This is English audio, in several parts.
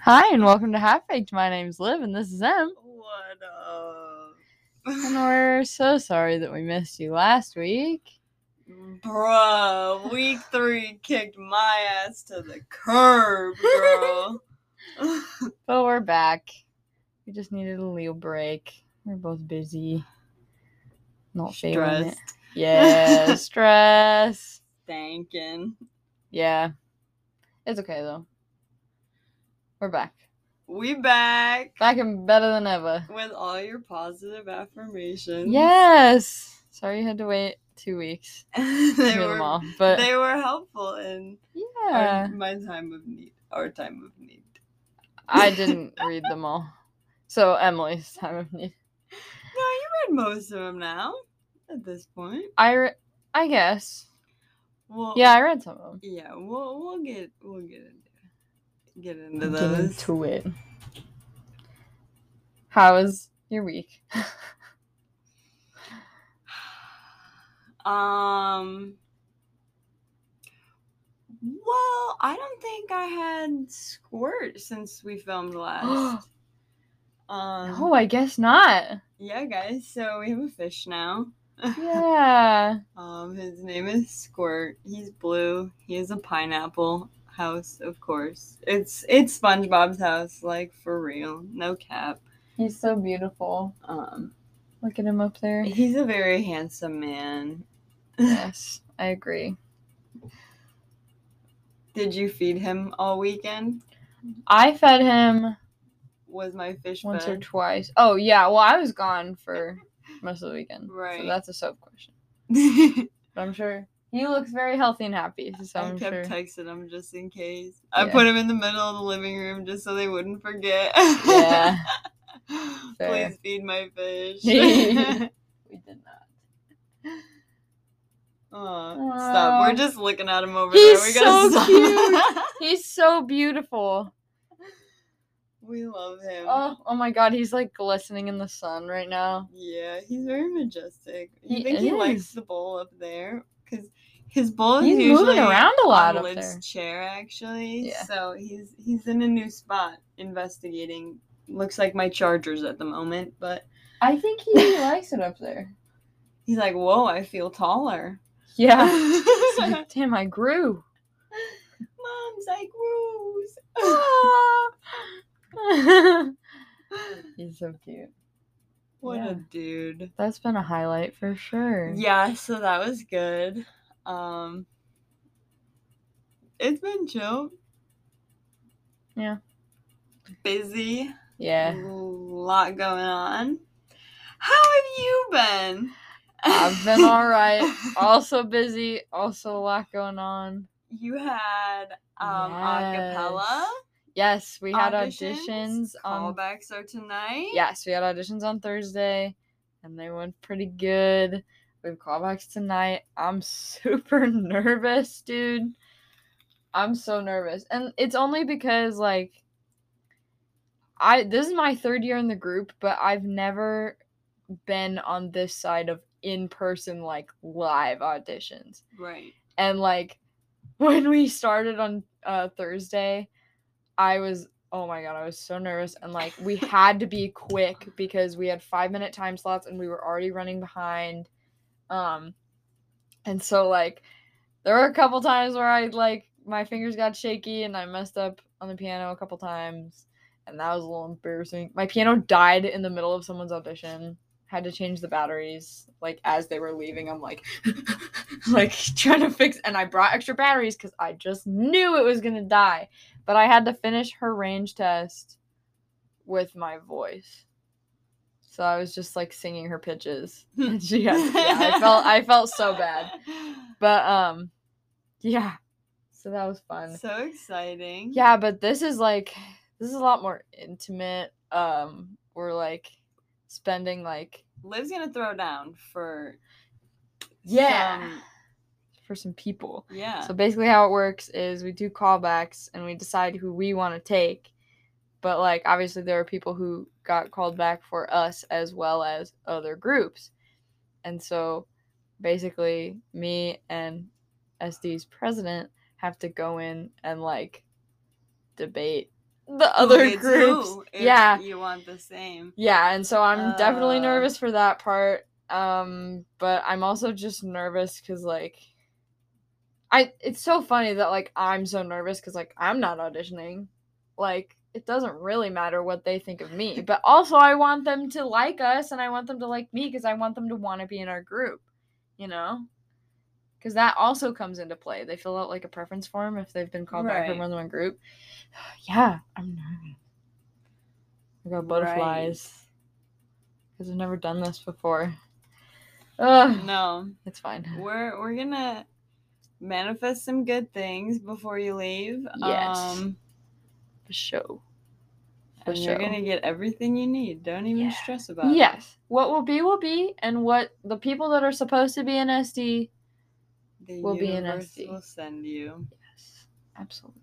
Hi, and welcome to Half Baked. My name's Liv, and this is Em. What up? And we're so sorry that we missed you last week. Bruh, week three kicked my ass to the curb, girl. But we're back. We just needed a little break. We're both busy. Not feeling it. Stressed, Yeah, stress. thinking. Yeah. It's okay though. We're back. We back Back and better than ever. with all your positive affirmations. Yes. Sorry you had to wait two weeks to they do them were all. But they were helpful in our, yeah. my time of need. Our time of need. I didn't read them all. So Emily's time of need. No, you read most of them now. At this point. I re- I guess. Well, Yeah, I read some of them. Yeah, we'll we'll get we'll get into get into those. it. How was your week? Um. Well, I don't think I had squirt since we filmed last. um. oh, I guess not. Yeah, guys. So we have a fish now. Yeah. Um, his name is Squirt. He's blue. He is a pineapple house, of course. It's it's SpongeBob's house, like for real, no cap. He's so beautiful. Um, Look at him up there. he's a very handsome man. yes, I agree. Did you feed him all weekend? I fed him Was my fish once or fed? twice. Oh, yeah. Well, I was gone for most of the weekend. Right. So that's a soap question. But I'm sure he looks very healthy and happy. So I I'm kept sure. texting him just in case. I Yeah. put him in the middle of the living room just so they wouldn't forget. yeah. fair. Please feed my fish. We did not. Aw, stop. Aw. We're just looking at him over He's there. We gotta so stop. He's so beautiful. we love him. Oh, oh my god, he's like glistening in the sun right now. Yeah, he's very majestic. You He think he likes is. the bowl up there? Because his bowl is He's moving usually around a lot on up Liv's there. chair actually. Yeah. So he's he's in a new spot investigating. Looks like my Chargers at the moment, but I think he likes it up there. he's like, "Whoa, I feel taller." Yeah. It's Mom's like, Damn, I grew. like, "Rose." he's so cute. what Yeah. a dude. That's been a highlight for sure. Yeah, so that was good. Um It's been chill. Yeah. Busy. A Yeah. lot going on. How have you been? I've been alright. Also busy, also a lot going on. You had um Yes. acapella. Yes, we had auditions. auditions on Callbacks are tonight. Yes, we had auditions on Thursday and they went pretty good. We have callbacks tonight. I'm super nervous, dude. I'm so nervous. And it's only because like I this is my third year in the group, but I've never been on this side of in-person like live auditions Right. and like when we started on uh Thursday, I was oh my god, I was so nervous and like we had to be quick because we had 5 minute time slots and we were already running behind um and so like there were a couple times where I like my fingers got shaky and I messed up on the piano a couple times and that was a little embarrassing. My piano died in the middle of someone's audition. Had to change the batteries like as they were leaving. I'm like like trying to fix and I brought extra batteries cuz I just knew it was going to die. But I had to finish her range test with my voice. So I was just like singing her pitches. And she had, yeah, I felt I felt so bad. But um yeah. So that was fun. So exciting. Yeah, but this is like this is a lot more intimate. Um we're like spending like Liv's gonna throw down for some- for some people. yeah. So basically how it works is we do callbacks and we decide who we want to take. But like obviously there are people who got called back for us as well as other groups. And so basically me and SD's president have to go in and like debate the other It's groups. who, if Yeah. You want the same. Yeah, and so I'm definitely Uh. nervous for that part. Um, but I'm also just nervous because like, I it's so funny that like I'm so nervous because like I'm not auditioning, like it doesn't really matter what they think of me. But also I want them to like us and I want them to like me because I want them to want to be in our group, you know. Because that also comes into play. They fill out like a preference form if they've been called back Right. from more than one group. yeah, I'm nervous. I got butterflies because I've never done this before. Right. Ugh, No. it's fine. We're we're gonna manifest some good things before you leave. Yes. Um For show. For and you're sure. gonna get everything you need. Don't even Yeah. stress about it. Yes. What will be will be, and what the people that are supposed to be in SD. The We'll be in universe SD. will send you. Yes, absolutely.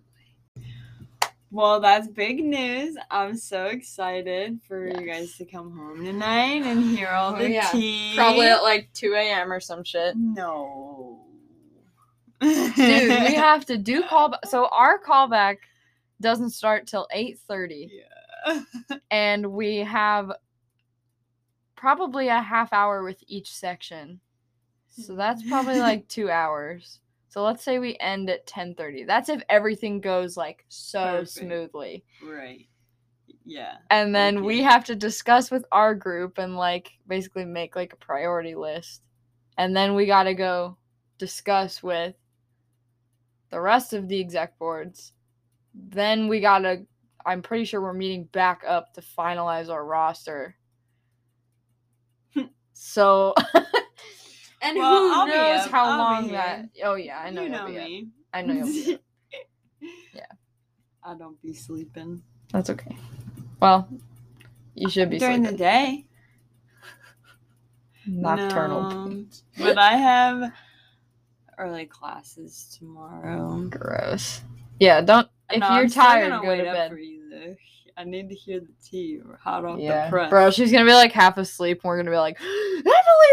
Well, that's big news. I'm so excited for you Yes. guys to come home tonight and hear all Oh, the yeah. tea. Probably at like 2 a.m. or some shit. No. Dude, we have to do call. So our callback doesn't start till 8:30, and we have probably a half hour with each section. So that's probably like two hours. So let's say we end at 10:30. That's if everything goes like so Perfect. smoothly. Right. Yeah. and then Thank we you. have to discuss with our group and like basically make like a priority list and then we got to go discuss with the rest of the exec boards then we got to i'm pretty sure we're meeting back up to finalize our roster so and Well, who I'll be knows up. how I'll be long here. that oh yeah i know you you'll know be up. me. i know you'll be up. Yeah. I don't be sleeping that's okay well you should be during the sleeping. day. nocturnal No, but I have early classes tomorrow. Gross. Yeah, don't. If No, you're I'm still tired, gonna go to wait up bed. for you, though. I need to hear the tea or hot off Yeah, the press. bro, she's gonna be like half asleep, and we're gonna be like, Emily,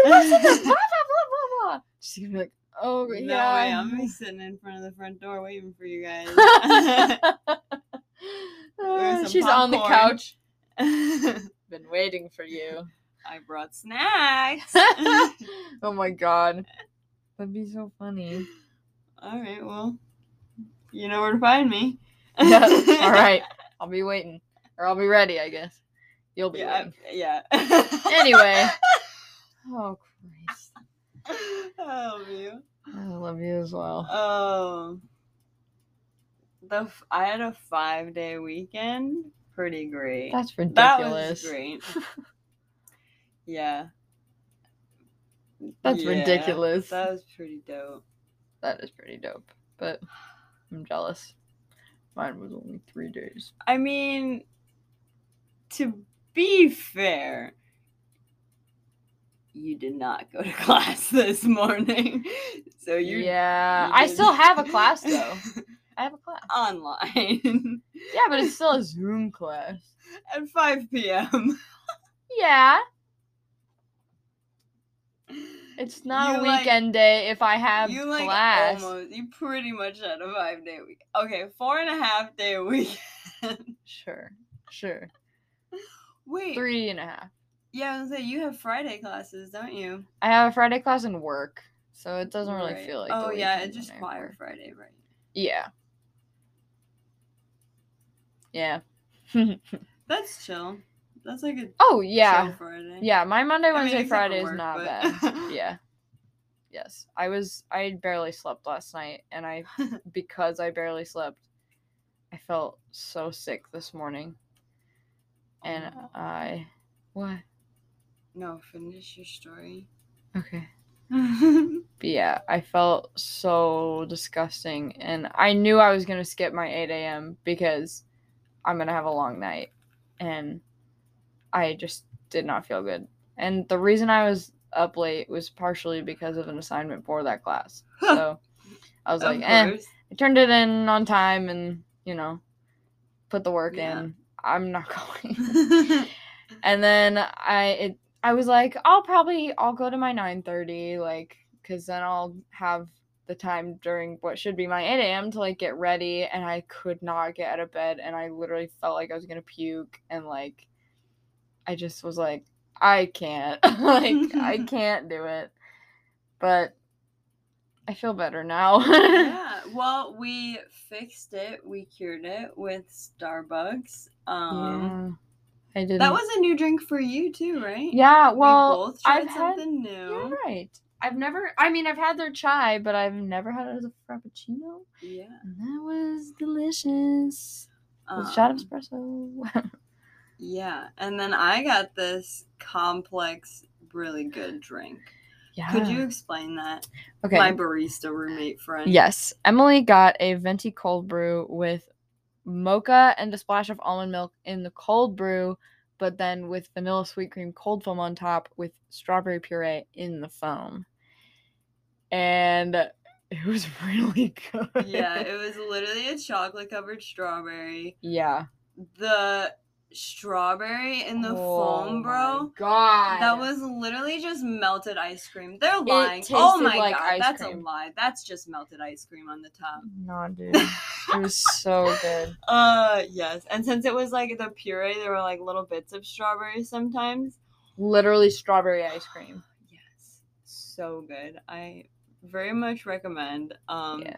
listen to blah blah blah blah blah. She's gonna be like, oh no way, yeah. I'm gonna be sitting in front of the front door waiting for you guys. Uh, some Ah, she's on the popcorn. couch. I Been waiting for you. brought snacks. oh my god, that'd be so funny. All right, well, you know where to find me. Yeah, All right, I'll be waiting, or I'll be ready, I guess. You'll be Yeah, waiting. I- yeah. Anyway. Oh Christ, oh, man. I love you as well. Um, the f- I had a five day weekend. Pretty great. That's that ridiculous. was great. yeah. That's Yeah, ridiculous. That was pretty dope. that is pretty dope. But I'm jealous. Mine was only three days. I mean, to be fair, you did not go to class this morning, so you. yeah, you I did- still have a class though. I have a class. Online Yeah, but it's still a Zoom class. at 5 p.m. Yeah, it's not a You, like- weekend day if I have you like class. almost you pretty much had a five day week. Okay, four and a half day week. Sure, sure. Wait, Three and a half. yeah, I was gonna say you have Friday classes, don't you? I have a Friday class and work, so it doesn't really Right. feel like. Oh the yeah, weekend it's just anymore. choir Friday, right? Yeah. Yeah. That's chill. That's like a Oh yeah. chill Friday. Yeah, my Monday, mean, Wednesday, except for Friday is work, not but- bad. Yeah. Yes. I was I barely slept last night and I because I barely slept, I felt so sick this morning. And Oh. I what? No, finish your story. Okay. yeah. But yeah, I felt so disgusting and I knew I was gonna skip my eight AM because I'm gonna have a long night and I just did not feel good. And the reason I was up late was partially because of an assignment for that class. So I was like, eh. I turned it in on time and, you know, put the work Yeah. in. I'm not going. and then I it, I was like, I'll probably I'll go to my 9:30 like cuz then I'll have the time during what should be my 8 a.m. to like get ready, and I could not get out of bed, and I literally felt like I was gonna puke, and like I just was like, I can't, like I can't do it. But I feel better now. yeah. Well, we fixed it. We cured it with Starbucks. Um, Yeah. I did. that was a new drink for you too, right? yeah. Well, we both tried I've had- something You're new. right. I've never. I mean, I've had their chai, but I've never had it as a frappuccino, Yeah. and that was delicious. With um, shot of espresso. Yeah, and then I got this complex, really good drink. yeah. Could you explain that, Okay. my barista roommate friend? yes, Emily got a venti cold brew with mocha and a splash of almond milk in the cold brew, but then with vanilla sweet cream cold foam on top with strawberry puree in the foam, and it was really good. yeah, it was literally a chocolate covered strawberry. yeah. The strawberry in the Oh foam, my bro. God. That was literally just melted ice cream. They're It lying. oh tasted my like god, ice that's a cream. lie. That's just melted ice cream on the top. No, dude. It was so good. Uh, yes. And since it was like the puree, there were like little bits of strawberry sometimes. Literally strawberry ice cream. Yes. So good. I very much recommend. Um Yeah.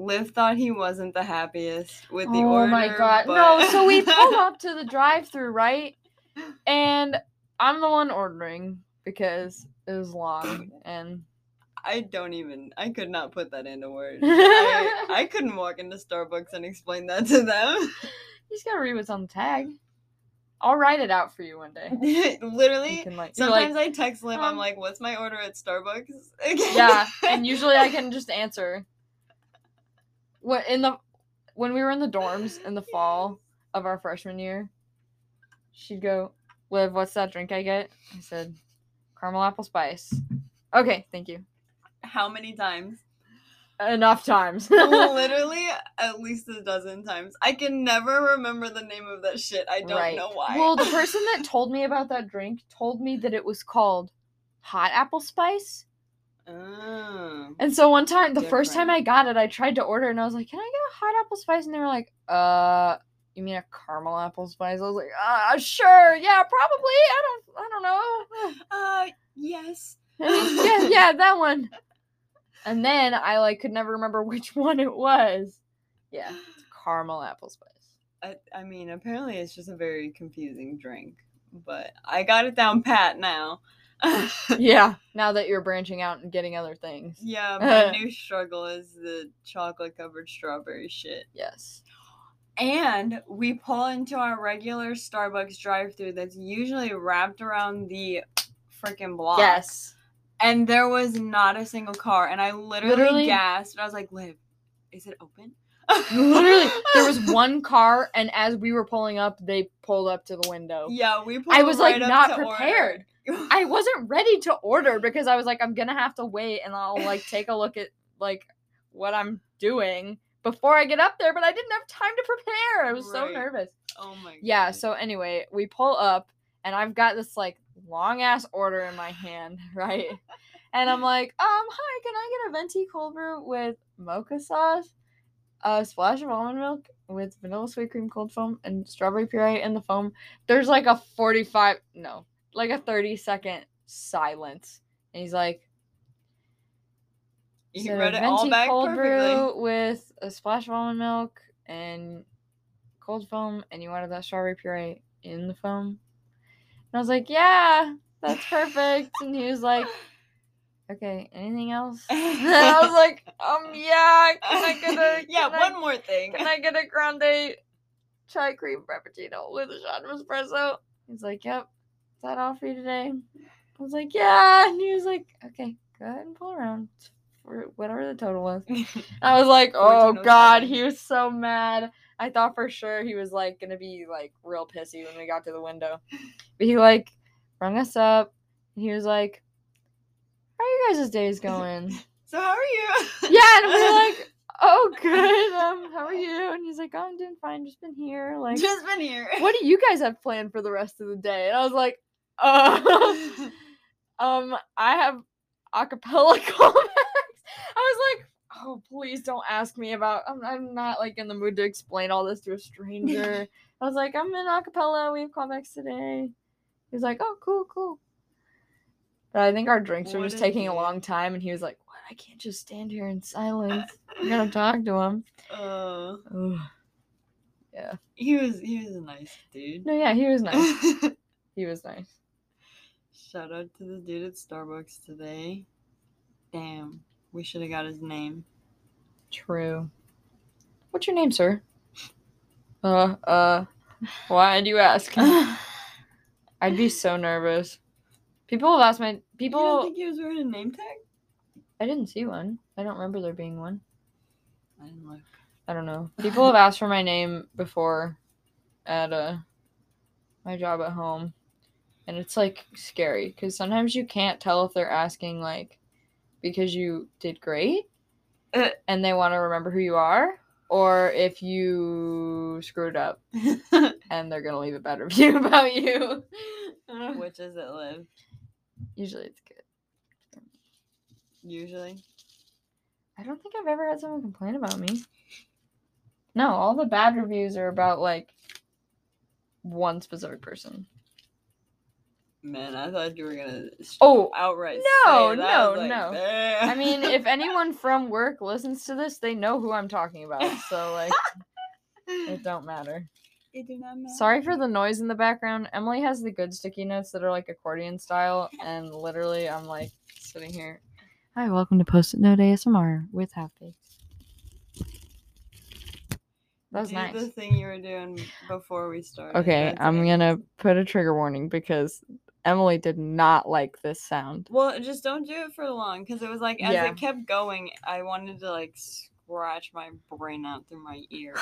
Liv thought he wasn't the happiest with the oh order. my god. but- No, so we pulled up to the drive through, right? And I'm the one ordering because it was long and I don't even I could not put that into words. I, I couldn't walk into Starbucks and explain that to them. you just gotta read what's on the tag. I'll write it out for you one day. You Literally can like, you're like sometimes I text Liv, I'm um, like, what's my order at Starbucks? yeah, and usually I can just answer. What in the when we were in the dorms in the fall, of our freshman year, she'd go, Liv, what's that drink I get? I said, caramel apple spice. Okay, thank you. How many times? Enough times. literally at least a dozen times. I can never remember the name of that shit. I don't Right. know why. Well, the person that told me about that drink told me that it was called hot apple spice. Oh. And so one time, the first time I got Different. it, I tried to order and I was like, can I get a hot apple spice? And they were like, uh, you mean a caramel apple spice? I was like, uh, sure, yeah, probably. I don't, I don't know. Uh, yes. yeah, yeah, that one. And then I like could never remember which one it was. Yeah, it's caramel apple spice. I, I mean, apparently it's just a very confusing drink, but I got it down pat now. Yeah. Now that you're branching out and getting other things. yeah, my new struggle is the chocolate covered strawberry shit. Yes. And we pull into our regular Starbucks drive through that's usually wrapped around the freaking block. Yes. and there was not a single car and i literally, Literally? gasped i was like liv is it open Literally, there was one car, and as we were pulling up, they pulled up to the window. yeah we pulled I was like right up not to order. prepared. I wasn't ready to order because I was like, I'm gonna have to wait and I'll like take a look at like what I'm doing before I get up there, but I didn't have time to prepare. I was so Right. nervous. oh my god Yeah, so anyway, we pull up and I've got this like long ass order in my hand, right? and I'm like, um, hi, can I get a venti cold brew with mocha sauce, a splash of almond milk with vanilla sweet cream cold foam and strawberry puree in the foam? There's like a 45, no, like a 30 second silence. And he's like, you "So read it all back cold perfectly brew with a splash of almond milk and cold foam, and you wanted that strawberry puree in the foam. And I was like, "Yeah, that's perfect." and he was like, "Okay, anything else?" And I was like, "Um, yeah, can I get a yeah can I- one more thing can I get a grande chai cream frappuccino with a shot of espresso? He's like, Yep. Is that all for you today? I was like, Yeah. And he was like, Okay, go ahead and pull around for whatever the total was. I was like, Oh God. 1407. He was so mad. I thought for sure he was like gonna be like real pissy when we got to the window. But he like rung us up and he was like, How are you guys' days going? so how are you yeah, and we were like, oh, good. Um, how are you? And he's like, oh, I'm doing fine. Just been here. Like, just been here what do you guys have planned for the rest of the day? And I was like, "Oh." uh, um, I have acapella callbacks. oh please don't ask me about I'm, I'm not like in the mood to explain all this to a stranger i was like i'm in acapella we have callbacks today he's like oh cool cool but i think our drinks were What just a taking a dick. long time and he was like what i can't just stand here in silence i'm gonna talk to him Uh, Ugh. he was he was a nice dude. no yeah he was nice he was nice Shout out to the dude at Starbucks today. Damn, we should have got his name. true what's your name sir uh uh why do you ask I'd be so nervous. People have asked my You don't people. think he was wearing a name tag? I didn't see one. I don't remember there being one. I didn't look. I don't know. People have asked for my name before, at uh, my job at home, and it's like scary because sometimes you can't tell if they're asking like because you did great, Uh. and they want to remember who you are, or if you screwed up and they're gonna leave a bad review about you. Which is it, Liv? Usually it's good. Usually. I don't think I've ever had someone complain about me. No, all the bad reviews are about like one specific person. Man, I thought you were gonna s- Oh, outright. No, say that. I was no, like, no. "Damn." I mean, if anyone from work listens to this, they know who I'm talking about. So like it don't matter. it did not matter. Sorry for the noise in the background. Emily has the good sticky notes that are like accordion style and literally I'm like sitting here. Hi, welcome to Post-it Note ASMR with Half Baked. That was Do nice. the thing you were doing before we started. Okay, That's I'm it. gonna put a trigger warning because Emily did not like this sound. Well, just don't do it for long because it was like as Yeah. it kept going, I wanted to like scratch my brain out through my ear.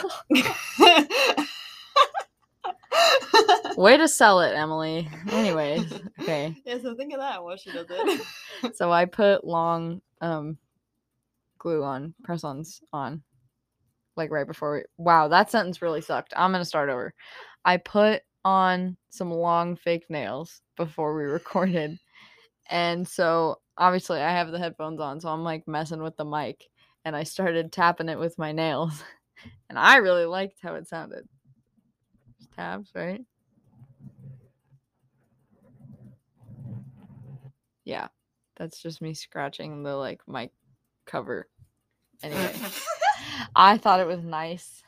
Way to sell it, Emily. Anyways, okay. Yeah, so think of that while she does it. So I put long um glue on press ons on like right before we wow, that sentence really sucked. I'm gonna start over. I put on some long fake nails before we recorded. And so obviously I have the headphones on, so I'm like messing with the mic and I started tapping it with my nails. And I really liked how it sounded. Tabs, right? Yeah. That's just me scratching the like mic cover. Anyway. I thought it was nice.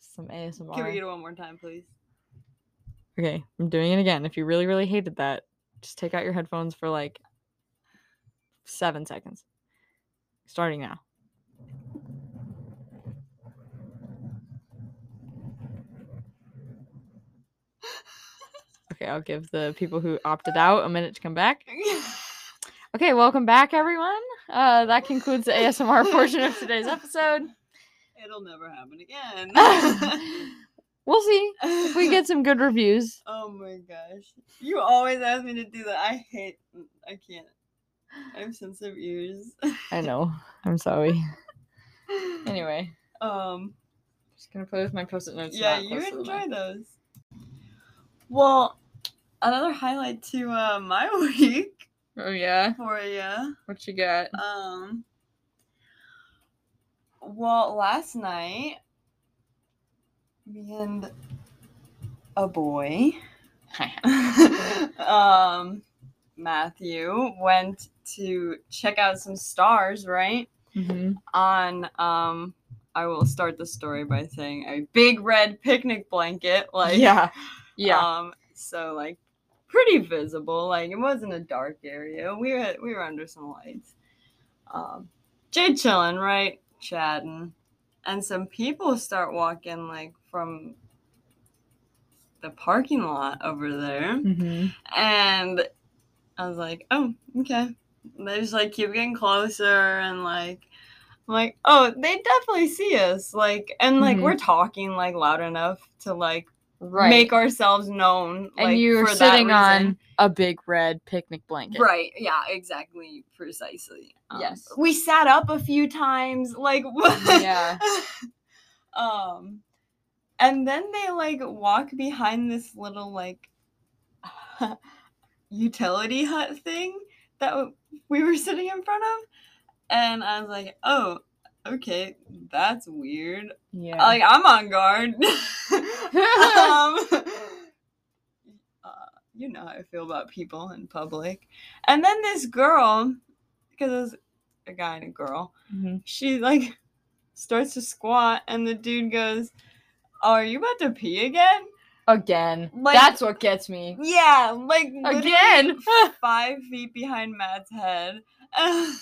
Some ASMR. Can we get it one more time, please? okay, I'm doing it again. If you really, really hated that, just take out your headphones for like seven seconds. Starting now. Okay, I'll give the people who opted out a minute to come back. Okay, welcome back, everyone. Uh, that concludes the ASMR portion of today's episode. It'll never happen again. we'll see if we get some good reviews. Oh my gosh. You always ask me to do that. I hate I can't. I have sensitive ears. I know. I'm sorry. Anyway, um just gonna play with my post-it notes. yeah, not you close to the enjoy mic. those. Well, another highlight to uh, my week Oh yeah, for you. what you got? Um, well, last night, me and a boy, um, Matthew, went to check out some stars, right? hmm on um I will start the story by saying a big red picnic blanket like yeah, yeah. um so like pretty visible like it wasn't a dark area we were we were under some lights um Jay chilling right chatting and some people start walking like from the parking lot over there hmm and I was like, oh, okay. They just like keep getting closer and like I'm like, oh, they definitely see us. Like and like Mhm. we're talking like loud enough to like Right. make ourselves known. and like, you're for that sitting on reason. a big red picnic blanket. Right, yeah, exactly, precisely. Um, Yes. We sat up a few times, like Yeah. um and then they like walk behind this little like utility hut thing that w- we were sitting in front of and i was like oh okay, that's weird. Yeah. Like I'm on guard. um, uh, you know how I feel about people in public. And then this girl, because it was a guy and a girl, Mhm. she like starts to squat, and the dude goes, oh, "Are you about to pee again?" Again. Like- That's what gets me. Yeah, like literally Again. five feet behind Matt's head. so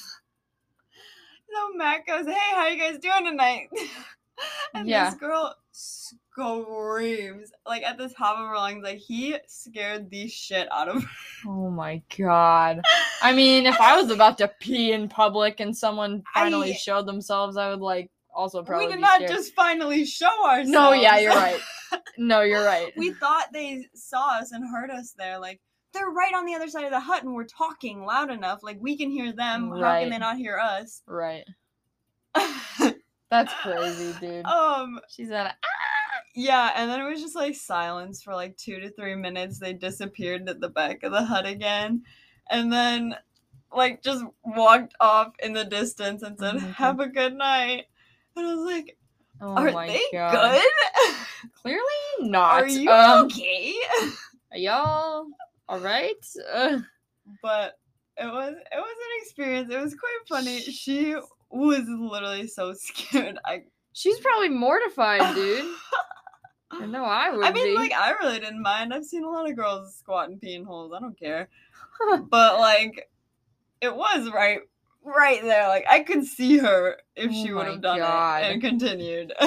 Matt goes, "Hey, how you guys doing tonight?" and Yeah. this girl screams like at the top of her lungs, like he scared the shit out of her. oh my god. I mean, if I was about to pee in public and someone finally I- showed themselves, I would like also probably. we did be not scared. just finally show ourselves. No, yeah, you're right. No, you're right. we thought they saw us and heard us there, like. They're right on the other side of the hut, and we're talking loud enough. Like we can hear them. How Right. can they not hear us? Right. That's crazy, dude. um, She's at Yeah, and then it was just like silence for like two to three minutes. They disappeared at the back of the hut again, and then like just walked off in the distance and said, Oh my God. "Have a good night." And I was like, Oh "Are my they god. good? Clearly not. Are you um, okay?" are y'all all right? Uh, but it was it was an experience. It was quite funny. She was literally so scared. I she's probably mortified, dude. I know I would I mean, be. like, I really didn't mind. I've seen a lot of girls squat and pee in holes. I don't care. but like, it was right, right there. Like, I could see her if she Oh would my have done God. it and continued.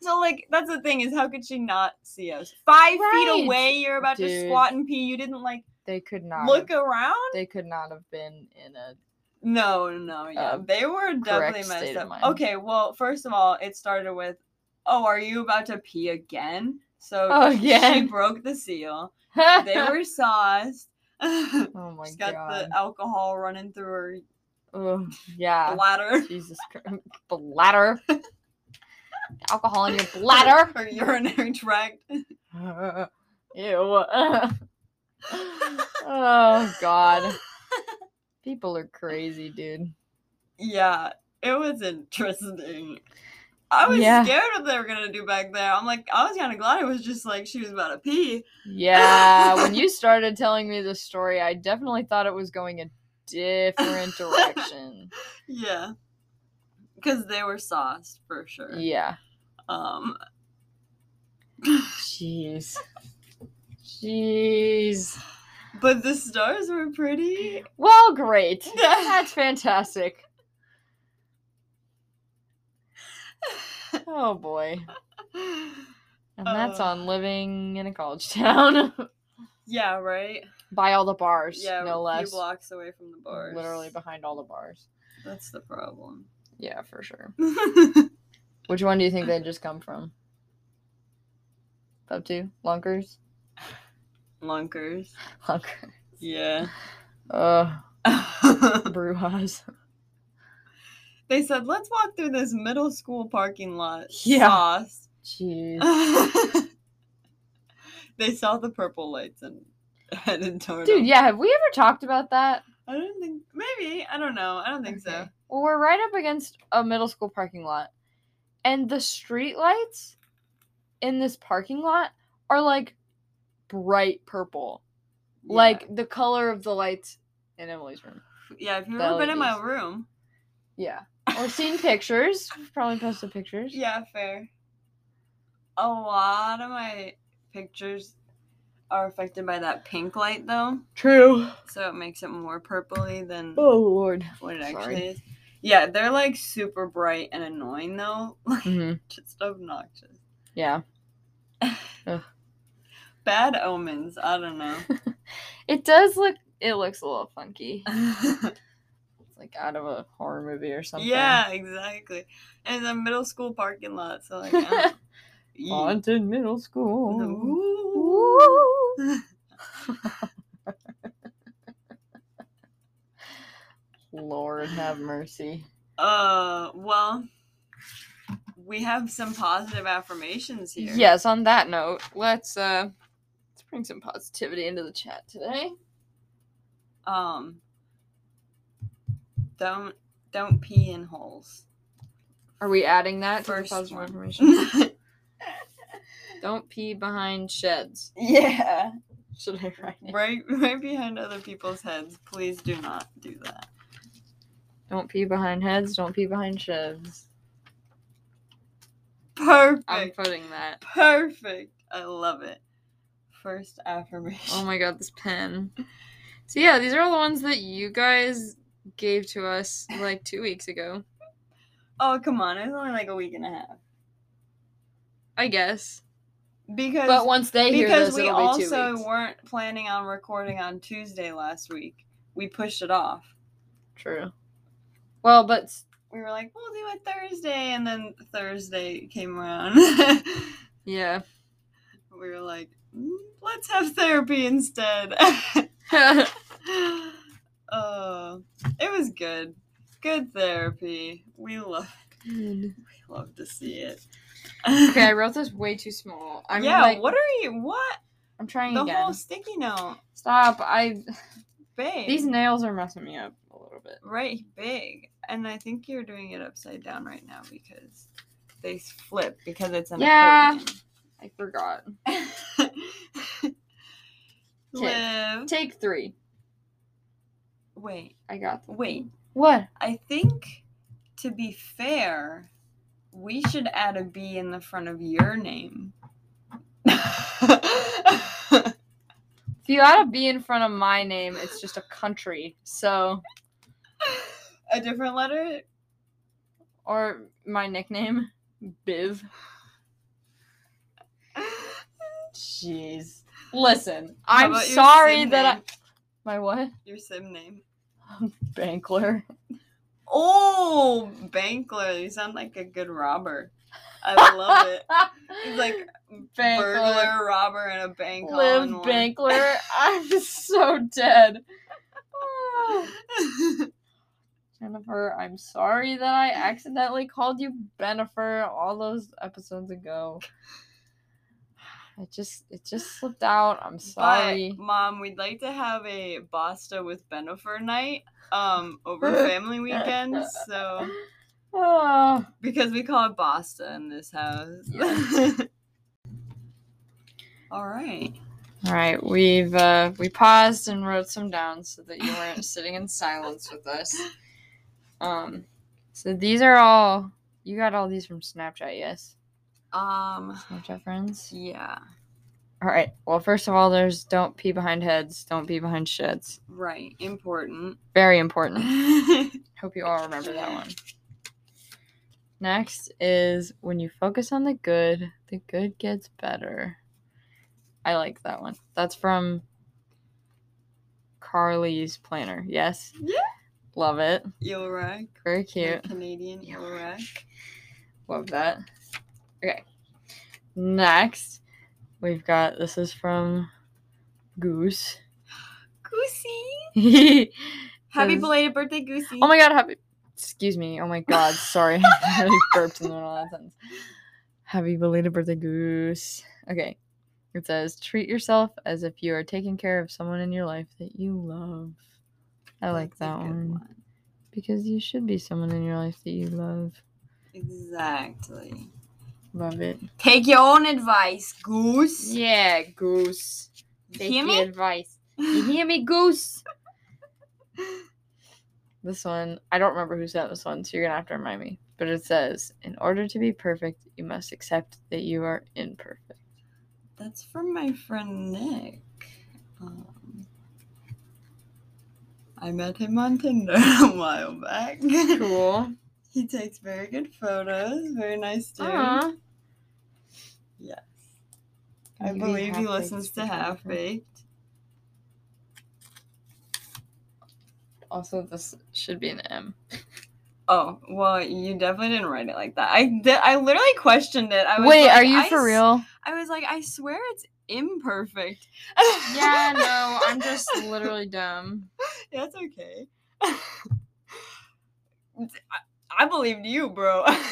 so like, that's the thing is, how could she not see us? Five Right, feet away, you're about to dude. squat and pee. You didn't like they could not look have, around. they could not have been in a No, no, yeah, Um, they were definitely correct state messed of up. mind. Okay, well, first of all, it started with, "Oh, are you about to pee again?" So Oh, she again. broke the seal. they were sauced. She's Oh my got god. the alcohol running through her Ugh, yeah. bladder. Jesus Christ. Bladder. Alcohol in your bladder. Her urinary tract. Ew. oh god. People are crazy, dude. Yeah, it was interesting. I was Yeah. scared what they were gonna do back there. I'm like, I was kind of glad it was just like she was about to pee. Yeah, when you started telling me this story, I definitely thought it was going a different direction. Yeah, because they were sauced for sure. Yeah. Um, Jeez. Jeez. but the stars were pretty. Well, great. That's fantastic. Oh boy. And that's Uh. on living in a college town Yeah, right. by all the bars, Yeah, no a less. few blocks away from the bars. Literally behind all the bars. that's the problem. Yeah, for sure. I Which one do you think they just come from? Up to Lunkers? Lunkers. Lunker. Yeah. Uh, Brujas. they said, let's walk through this middle school parking lot. Yeah. sauced." Jeez. they saw the purple lights and headed toward Dude, them. yeah, have we ever talked about that? I don't think, maybe. I don't know. I don't think so. Okay. Well, we're right up against a middle school parking lot, and the streetlights in this parking lot are like bright purple, like the color of the lights in Emily's room. Yeah. yeah, if you've the ever been in my LEDs. room. Yeah, or seen pictures. We've Probably posted pictures. Yeah, fair. A lot of my pictures are affected by that pink light, though. true. So it makes it more purpley than Oh lord. what it Sorry. actually is. Yeah, they're like super bright and annoying though. Like hmm just obnoxious. Yeah, Bad omens, I don't know. it does look. It looks a little funky. It's like out of a horror movie or something. yeah, exactly. And it's a middle school parking lot, so like I don't- Haunted middle school. Ooh. Ooh. Lord have mercy. Uh well we have some positive affirmations here. Yes, on that note, let's uh let's bring some positivity into the chat today. Um don't don't pee in holes. Are we adding that to the First positive one. affirmation? Don't pee behind sheds. yeah. Should I write it? Right right behind other people's heads. Please do not do that. Don't pee behind heads. Don't pee behind sheds. I'm Perfect. putting that. Perfect. I love it. First affirmation. Oh my god, this pen. So yeah, these are all the ones that you guys gave to us like two weeks ago. oh come on, it was only like a week and a half. I guess. Because But once they hear because this, we it'll be two also weeks. weren't planning on recording on Tuesday last week. We pushed it off. True. Well, but s- We were like, we'll do it Thursday, and then Thursday came around. we yeah. were like, "Mm, let's have therapy instead. uh, it was good. Good therapy. We love okay, love to see it. I wrote this way too small. I'm yeah, like, what are you? What? I'm trying The again. whole sticky note. Stop. I Babe. these nails are messing me up a little bit. right big and i think you're doing it upside down right now because they flip because it's an Yeah. I forgot. accordion. live Take 3. wait I got them. wait What? i think to be fair we should add a b in the front of your name If you add a B in front of my name, it's just a country. So, a different letter or my nickname, Biv. jeez Listen, How I'm about your sorry sim that I. name? My what? your sim name Bankler. Oh, Bankler. You sound like a good robber. I love it. He's like Bankler. burglar, robber, and a bank. all Live in one. Bankler. I'm so dead. Jennifer, I'm sorry that I accidentally called you Benifer all those episodes ago. It just it just slipped out. I'm sorry. But, Mom, we'd like to have a Basta with Benifer night um over family weekend. So Ah. because we call it Basta in this house. Yeah. all right. All right, we've uh, we paused and wrote some down so that you weren't sitting in silence with us. Um, so these are all you got all these from Snapchat, yes? Um Snapchat friends. yeah, All right. Well, first of all, there's don't pee behind heads, don't pee behind sheds. right. Important. Very important. Hope you all remember that one. Next is when you focus on the good, the good gets better. I like that one. That's from Carly's planner. Yes. Yeah. Love it. You'll wreck. Very Yeah, cute. Canadian Yeah. Iraq. Love that. Okay. Next, we've got this is from Goose. Goosey. oh Happy Says- belated birthday, Goosey. Oh my god, happy excuse me. Oh my god, sorry. I like burped in the middle of that sentence. Happy belated birthday goose. Okay. It says treat yourself as if you are taking care of someone in your life that you love. I like That's a that good one. Because you should be someone in your life that you love. Exactly. Love it. Take your own advice, Goose. Yeah, goose. You hear me? advice. hear me, goose? This one, I don't remember who said this one, so you're gonna have to remind me. But it says, in order to be perfect, you must accept that you are imperfect. That's from my friend Nick. Um, I met him on Tinder a while back. Cool. He takes very good photos. Very nice dude. Aw. Yes. I Maybe believe he half-baked listens to is different. Half Baked. Also, this should be an M. Oh well, you definitely didn't write it like that. I di- I literally questioned it. I was Wait, like, are you I for s- real? I was like, I swear it's imperfect. Yeah, no, I'm just literally dumb. That's okay. I- I believed you, bro. I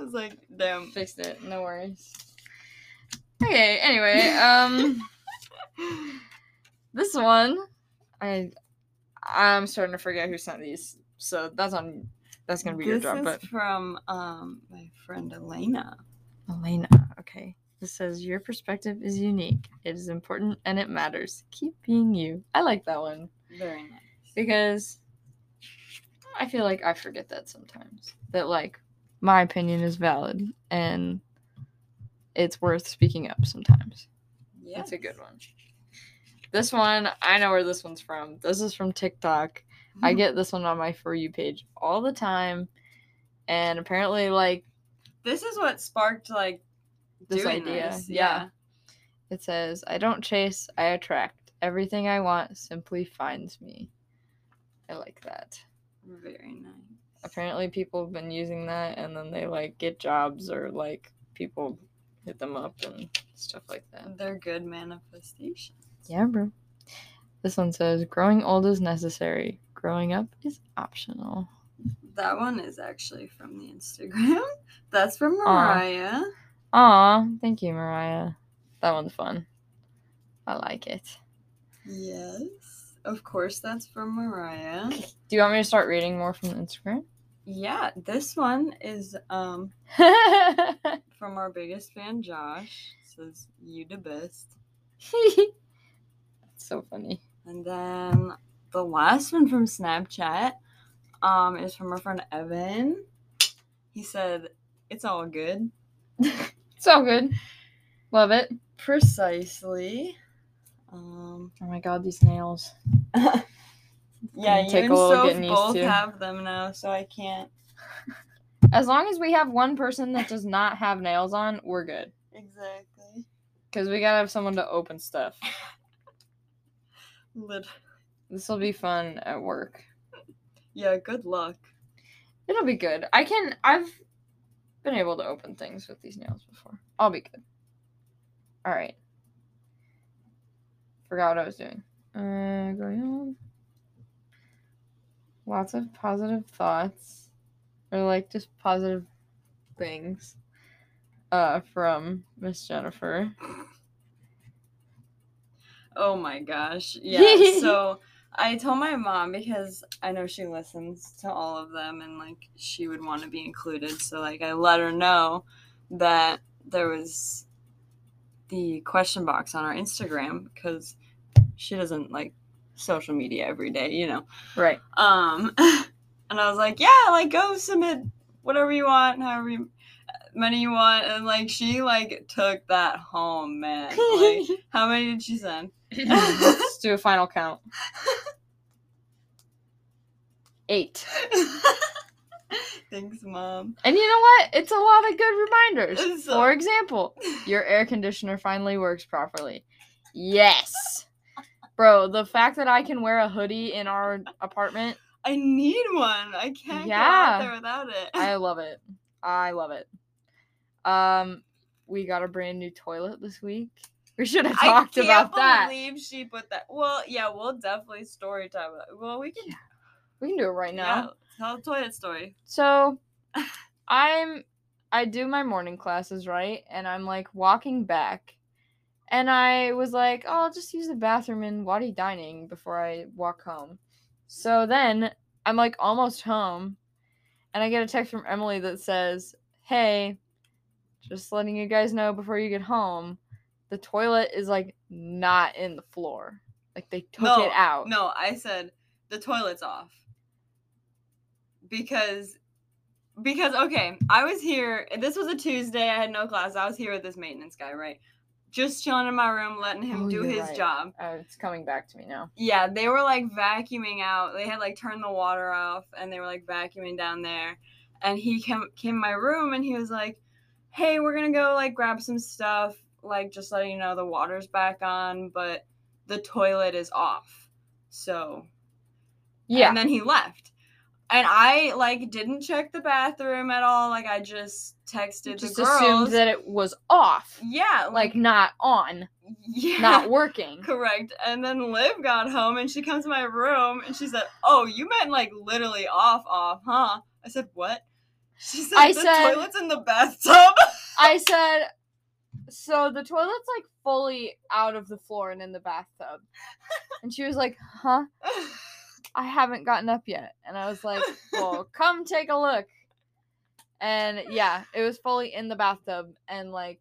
was like, damn. Fixed it. No worries. Okay. Anyway, um. This one, I I'm starting to forget who sent these, so that's on That's gonna be this your job, is but from um, my friend Elena. Elena. Okay. This says your perspective is unique. It is important and it matters. Keep being you. I like that one Very nice. because I feel like I forget that sometimes. That like my opinion is valid and it's worth speaking up sometimes. That's a good one. This one, I know where this one's from. This is from TikTok. I get this one on my For You page all the time. And apparently, like, This is what sparked like This doing idea, this. yeah. it says, I don't chase, I attract. Everything I want simply finds me. I like that. Very nice. Apparently, people have been using that and then they, like, get jobs or, like, people hit them up and stuff like that. They're good manifestations. Yeah, bro. This one says, growing old is necessary, growing up is optional. That one is actually from the Instagram. That's from Mariah. Aw, thank you, Mariah. That one's fun. I like it. Yes. Of course, that's from Mariah. Do you want me to start reading more from Instagram? Yeah, this one is um from our biggest fan, Josh. says, You the best. so funny. And then the last one from Snapchat um, is from our friend Evan. He said, It's all good. So good. Love it. Precisely. Um, Oh my god, these nails. yeah, you take and a little Soph getting used both to. have them now, so I can't. As long as we have one person that does not have nails on, we're good. Exactly. Because we gotta have someone to open stuff. Lit- This will be fun at work. yeah, good luck. It'll be good. I can. I've been able to open things with these nails before. I'll be good. All right. Forgot what I was doing. Uh, going on. Lots of positive thoughts, or like just positive things, uh, from Miss Jennifer. Oh my gosh. Yeah. so I told my mom because I know she listens to all of them and like she would want to be included. So like I let her know that there was the question box on our Instagram because she doesn't like social media every day, you know. Right. Um, and I was like, yeah, like go submit whatever you want, however you, many you want. And like she like took that home, man. Like, how many did she send? Let's do a final count. Eight. Thanks, mom. And you know what? It's a lot of good reminders. It's a- For example, your air conditioner finally works properly. Yes. Bro, the fact that I can wear a hoodie in our apartment, I need one. I can't Yeah. go out there without it. I love it. I love it. Um we got a brand new toilet this week. We should have I talked can't about that. believe she put that. Well, yeah, we'll definitely story time. it. Well, we can We can do it right now. yeah, tell a toilet story. So I'm I do my morning classes, right? And I'm like walking back and I was like, oh, I'll just use the bathroom in Wadi Dining before I walk home. So then I'm like almost home and I get a text from Emily that says, Hey, just letting you guys know before you get home, the toilet is like not in the floor. Like they took No, it out. No, I said the toilet's off. Because because okay, I was here this was a Tuesday, I had no class. I was here with this maintenance guy, right? Just chilling in my room, letting him Oh, do you're his right. job. Uh, it's coming back to me now. Yeah, they were like vacuuming out. They had like turned the water off and they were like vacuuming down there. And he came came in my room and he was like, "Hey, we're going to go like grab some stuff, like just letting you know the water's back on, but the toilet is off." So, Yeah. and then he left. And I like didn't check the bathroom at all. Like I just texted just the girls. Mm-hmm. assumed that it was off, yeah, like not on, yeah, not working. correct. And then Liv got home and she comes to my room and she said, "Oh, you meant like literally off, off, huh?" I said, "What?" She said, I "The said- toilet's in the bathtub." I said, so the toilet's like fully out of the floor and in the bathtub. And she was like, huh? I haven't gotten up yet. And I was like, Well, come take a look. And yeah, it was fully in the bathtub and like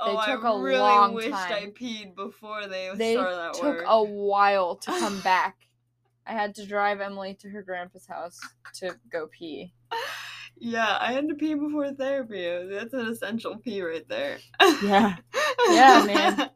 oh, took I a really long wished I time. peed before they, they started that took work. a while to come back. I had to drive Emily to her grandpa's house to go pee. yeah, I had to pee before therapy. That's an essential pee right there. Yeah. Yeah, man.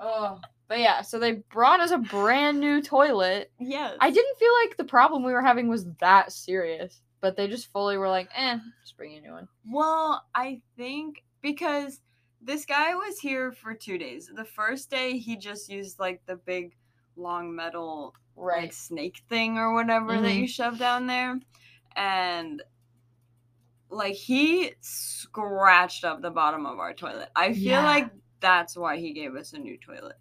Oh. But yeah, so they brought us a brand new toilet. yes. I didn't feel like the problem we were having was that serious, but they just fully were like, eh, just bring you a new one. Well, I think because this guy was here for two days. The first day he just used like the big long metal like snake thing or whatever that Mhm. you shove down there. And like he scratched up the bottom of our toilet. I feel Yeah. like that's why he gave us a new toilet.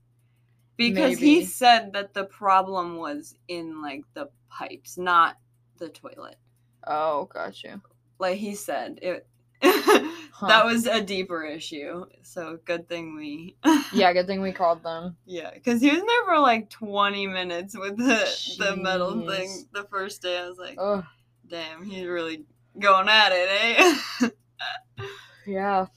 Because Maybe. he said that the problem was in like the pipes, not the toilet Oh, got you. like he said it Huh. that was a deeper issue so good thing we Yeah, good thing we called them. yeah because he was there for like 20 minutes with the, the metal thing Jeez. the first day i was like Oh, damn he's really going at it eh yeah.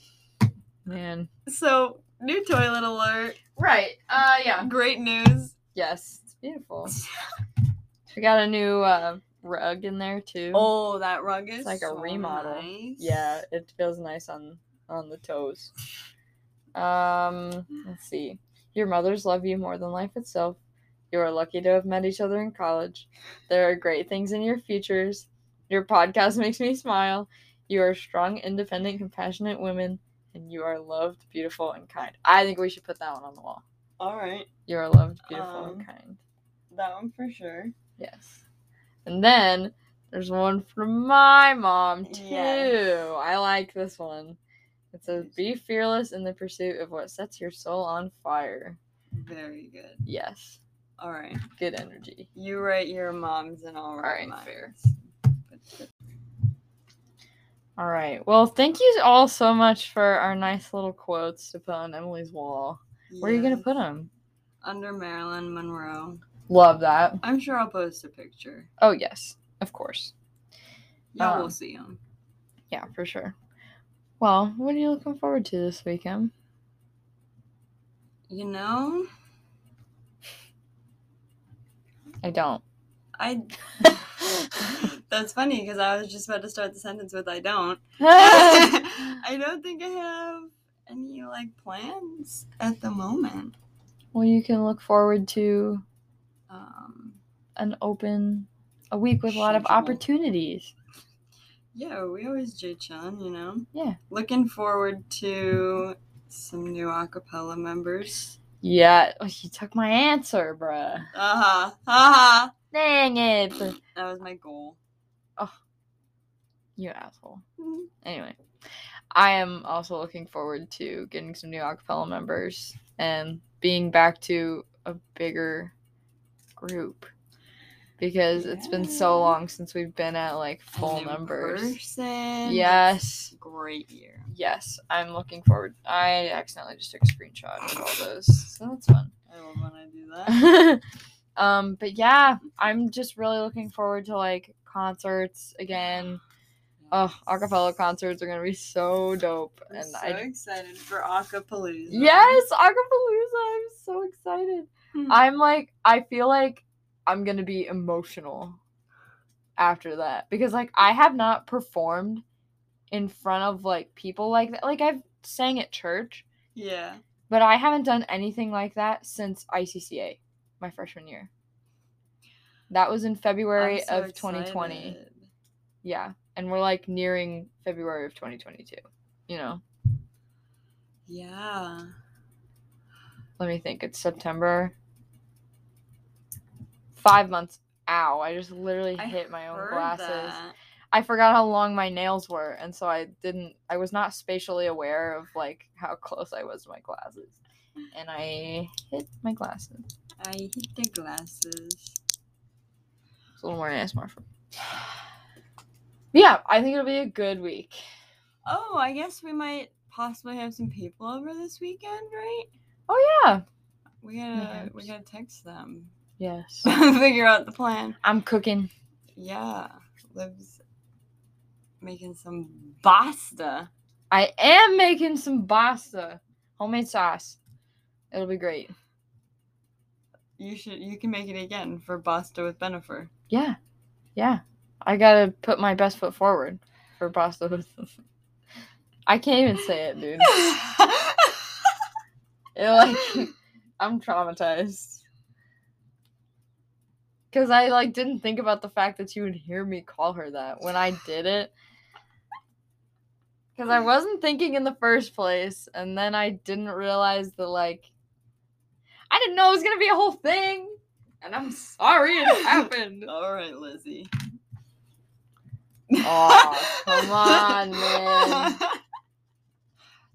Man. so new toilet alert Right. Uh yeah. great news Yes. It's beautiful. We got a new uh rug in there too. oh that rug is like a so remodel. nice. Yeah, it feels nice on on the toes. Um, let's see. Your mothers love you more than life itself. You are lucky to have met each other in college. There are great things in your futures. Your podcast makes me smile. You are strong, independent, compassionate women, and you are loved, beautiful, and kind. I think we should put that one on the wall. all right You are loved, beautiful, Um, and kind. that one for sure Yes. And then there's one from my mom too. Yes. I like this one. It says, "Be fearless in the pursuit of what sets your soul on fire." very good Yes, all right good energy. You write your mom's and I'll write Alright, mine. fair. But- All right. Well, thank you all so much for our nice little quotes to put on Emily's wall. but- Where are you gonna Yes. put them? Under Marilyn Monroe. Love that. I'm sure I'll post a picture. Oh yes, of course. Y'all Um, will see them. Yeah, for sure. Well, what are you looking forward to this weekend? You know, I don't. I. That's funny because I was just about to start the sentence with I don't. I don't think I have any like plans at the moment. well, you can look forward to Um, an open a week with a lot of Schedule. opportunities. yeah, we always J Chun, you know? Yeah. Looking forward to some new acapella members. Yeah, oh, you took my answer, bruh. Uh huh. Uh huh. Dang it, That was my goal. you asshole. Mhm. Anyway, I am also looking forward to getting some new acapella members and being back to a bigger group because it's been so Yeah. long since we've been at like full New numbers. Person. Yes. Great year. Yes, I'm looking forward. I accidentally just took a screenshot of all those, so that's fun. I love when I do that. um but yeah i'm just really looking forward to like concerts again oh acapella concerts are gonna be so dope I'm and so i excited for acapalooza. yes acapalooza i'm so excited Hmm. i'm like i feel like i'm gonna be emotional after that because like i have not performed in front of like people like that like i've sang at church Yeah. but i haven't done anything like that since icca my freshman year that was in february I'm so of 2020 excited. yeah and we're like nearing february of 2022 you know Yeah. let me think it's september five months ow i just literally I hit my own heard glasses that. i forgot how long my nails were and so i didn't i was not spatially aware of like how close i was to my glasses and i hit my glasses I hit the glasses. It's a little more ASMR for me. Yeah, I think it'll be a good week. Oh, I guess we might possibly have some people over this weekend, right? Oh yeah, We gotta hope we so. gotta text them. Yes. Figure out the plan. I'm cooking. Yeah. Liv's making some pasta. I am making some pasta, homemade sauce. It'll be great. You should you can make it again for pasta with Benifer. Yeah, yeah. I gotta put my best foot forward for pasta with. I can't even say it, dude. It, like I'm traumatized. Cause I like didn't think about the fact that you would hear me call her that when I did it. Cause I wasn't thinking in the first place, and then I didn't realize that like I didn't know it was gonna be a whole thing. And I'm sorry it happened. All right, Lizzie. Aw, Oh, come on, man.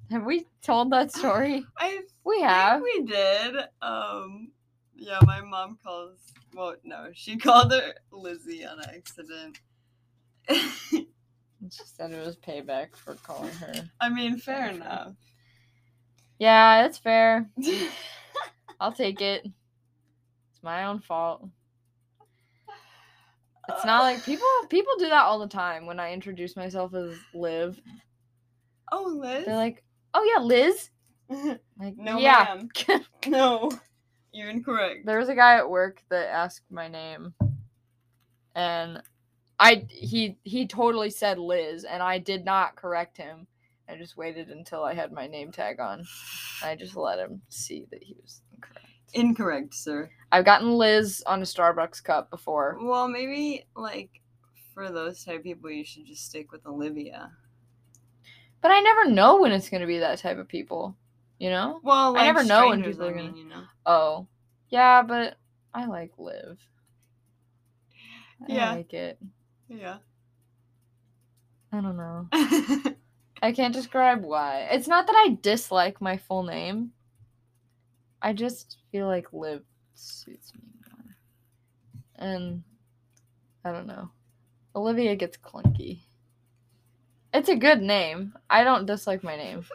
Have we told that story? I We think have. we did. Um, yeah, my mom calls. Well, no, she called her Lizzie on accident. She said it was payback for calling her. I mean, fair enough. Yeah, that's fair. I'll take it. It's my own fault. It's not like people people do that all the time when I introduce myself as Liv. Oh, Liz. They're like, "Oh yeah, Liz." Like, no, yeah. ma'am. no, you're incorrect. There was a guy at work that asked my name. And I he he totally said Liz and I did not correct him. I just waited until I had my name tag on. I just let him see that he was incorrect. Incorrect, sir. I've gotten Liz on a Starbucks cup before. Well, maybe like for those type of people, you should just stick with Olivia. But I never know when it's gonna be that type of people. You know? Well, like, I never know when strangers, people are I gonna- mean, you know. Oh. Yeah, but I like live. I Yeah. like it. Yeah. I don't know. I can't describe why. It's not that I dislike my full name. I just feel like live suits me more. And I don't know. Olivia gets clunky. It's a good name. I don't dislike my name.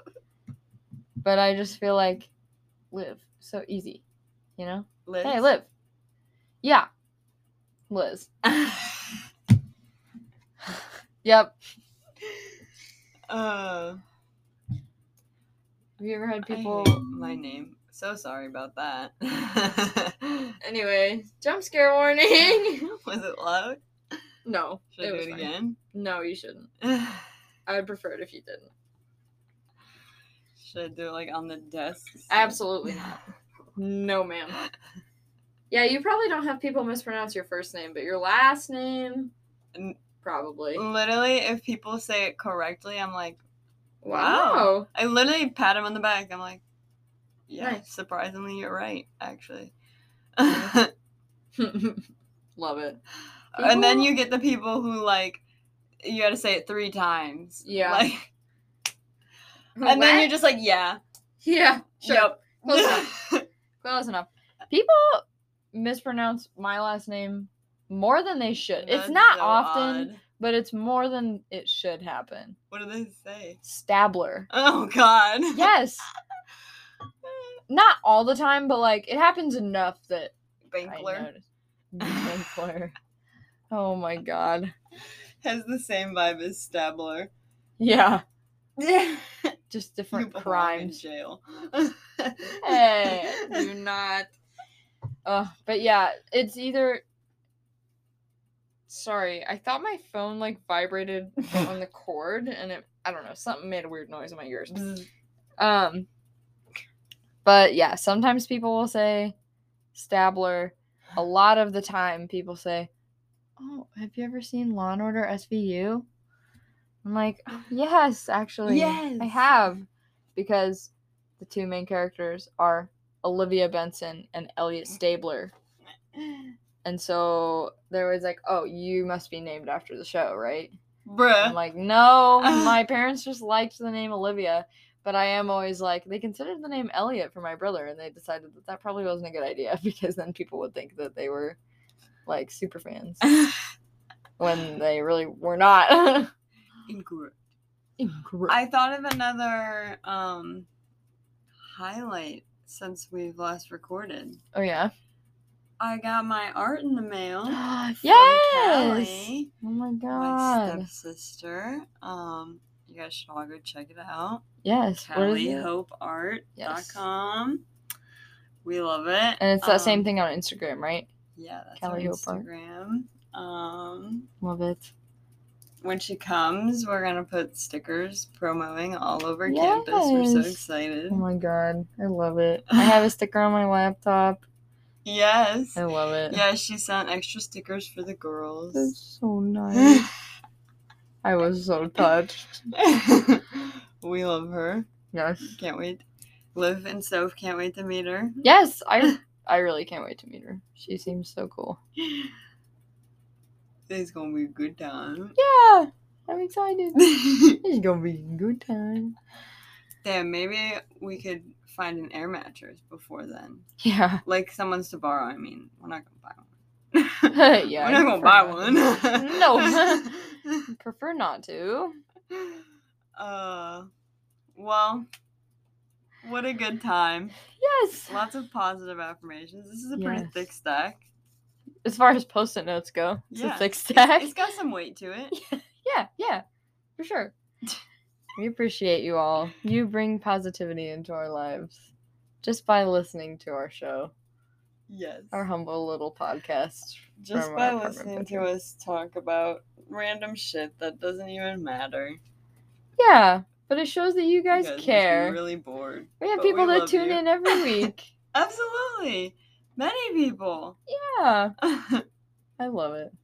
but I just feel like live so easy, you know? Liz. Hey, Liv. Yeah. Liz. Yep. uh, Have you ever had I people hate my name. So sorry about that. Anyway, jump scare warning. Was it loud? no. Should I do was it fine. again? No, you shouldn't. I'd prefer it if you didn't. Should I do it like on the desk? Absolutely not. No, ma'am. Yeah, you probably don't have people mispronounce your first name, but your last name N- Oh, probably. Literally, if people say it correctly, I'm like, Wow. I literally pat him on the back. I'm like, yeah, Nice. surprisingly, you're right, actually. Love it. And then People- you get the people who like, you got to say it three times. Yeah. Like, and then you're just like, yeah, Yeah, sure. yep. Close enough. Close enough. People mispronounce my last name more than they should. it's That's not so often, odd. but it's more than it should happen. What do they say? Stabler. Oh God. Yes. Not all the time, but like it happens enough that I Bankler notice. Bankler. oh my god. has the same vibe as Stabler. Yeah. Yeah. Just different crimes. Eh. jail. Hey, do not. Uh, but yeah, it's either. Sorry, I thought my phone like vibrated on the cord, and it I don't know something made a weird noise in my ears. Um, but yeah, sometimes people will say Stabler. A lot of the time, people say, "Oh, have you ever seen Law and Order SVU?" I'm like, "Oh, "Yes, actually, I Yes. have," because the two main characters are Olivia Benson and Elliot Stabler, and so they was like, "Oh, you must be named after the show, right?" I'm Bruh. like, no, my parents just liked the name Olivia, but I am always like, they considered the name Elliot for my brother, and they decided that that probably wasn't a good idea because then people would think that they were like super fans when they really were not. Incorrect. Incorrect. I thought of another um highlight since we've last recorded. oh yeah, I got my art in the mail. from yes. Callie, Oh my my god. stepsister. Um, you guys should all go check it out. Yes. What is it? CallieHopeArt.com. We love it. And it's that Um, same thing on Instagram, right? Yeah, that's Callie on Hope Art. Instagram. Um, Love it. when she comes, we're gonna put stickers promoting all over campus. We're so Yes. excited. Oh my god. I love it. I have a sticker on my laptop. Yes. I love it. Yeah, she sent extra stickers for the girls. That's so nice. I was so touched. we love her. Yes. Can't wait. Liv and Soph can't wait to meet her. Yes, I I really can't wait to meet her. She seems so cool. It's gonna be a good time. Yeah. I'm excited. It's gonna be a good time. Damn, maybe we could find an air mattress before then. Yeah. Like someone's to borrow, I mean. We're not gonna buy one. yeah. We're not gonna buy one. No. Prefer not to. uh, well, what a good time. Yes. Lots of positive affirmations. This is a pretty Yes. thick stack. As far as post-it notes go, it's Yeah. a thick stack. It's got some weight to it. yeah, yeah, for sure. we appreciate you all. You bring positivity into our lives just by listening to our show, Yes. our humble little podcast. Just from by our apartment listening to bedroom. us talk about random shit that doesn't even matter. You Yeah, but it shows that you guys must be care. Really bored. we have but we people that love tune you. in every week. Absolutely. Many people. yeah, I I love it.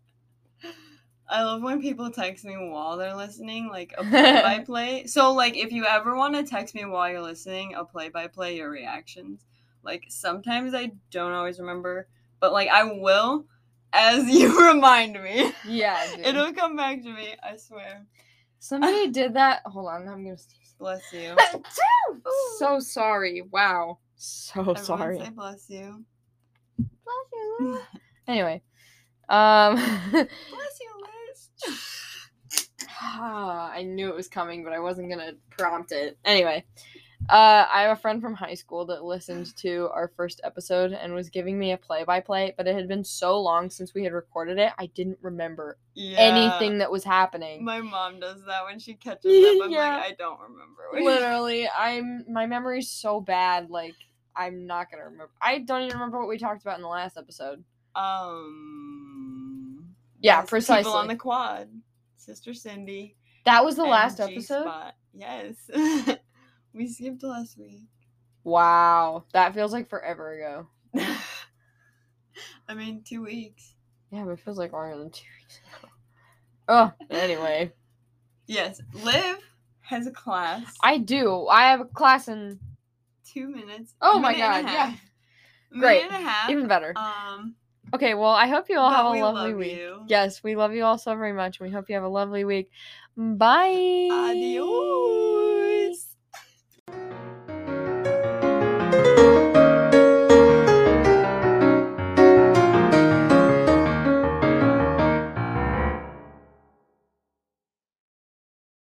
love when people text me while they're listening, like a play by play. So, like, if you ever want to text me while you're listening, a play by play, your reactions. Like, sometimes I don't always remember, but like, I will as you remind me. Yeah, dude. It'll come back to me, I swear. somebody did that. Hold on, I'm gonna. Bless you. so sorry. Wow. So Everyone Oh, sorry. Say bless you. Anyway, um, Bless you, Liz. ah, I knew it was coming, but I wasn't gonna prompt it. Anyway, uh, I have a friend from high school that listened to our first episode and was giving me a play-by-play, but it had been so long since we had recorded it, I didn't remember Yeah. anything that was happening. My mom does that when she catches up. I'm Yeah. like, I don't remember. what you Literally, I'm my memory's so bad, like. I'm not gonna remember. I don't even remember what we talked about in the last episode. Um. Yeah, yes, precisely. People on the quad. Sister Cindy. that was the and last episode. G-Spot. Yes. we skipped last week. Wow, that feels like forever ago. I mean, two weeks. Yeah, but it feels like longer than two weeks ago. Oh, anyway, Yes. Liv has a class. I do. I have a class in two minutes. Oh my minute and a God, yeah. half. Great. Minute and a half. even better. Um. Okay, well, I hope you all but have we a lovely love week. you. Yes, we love you all so very much, and we hope you have a lovely week. Bye. Adios.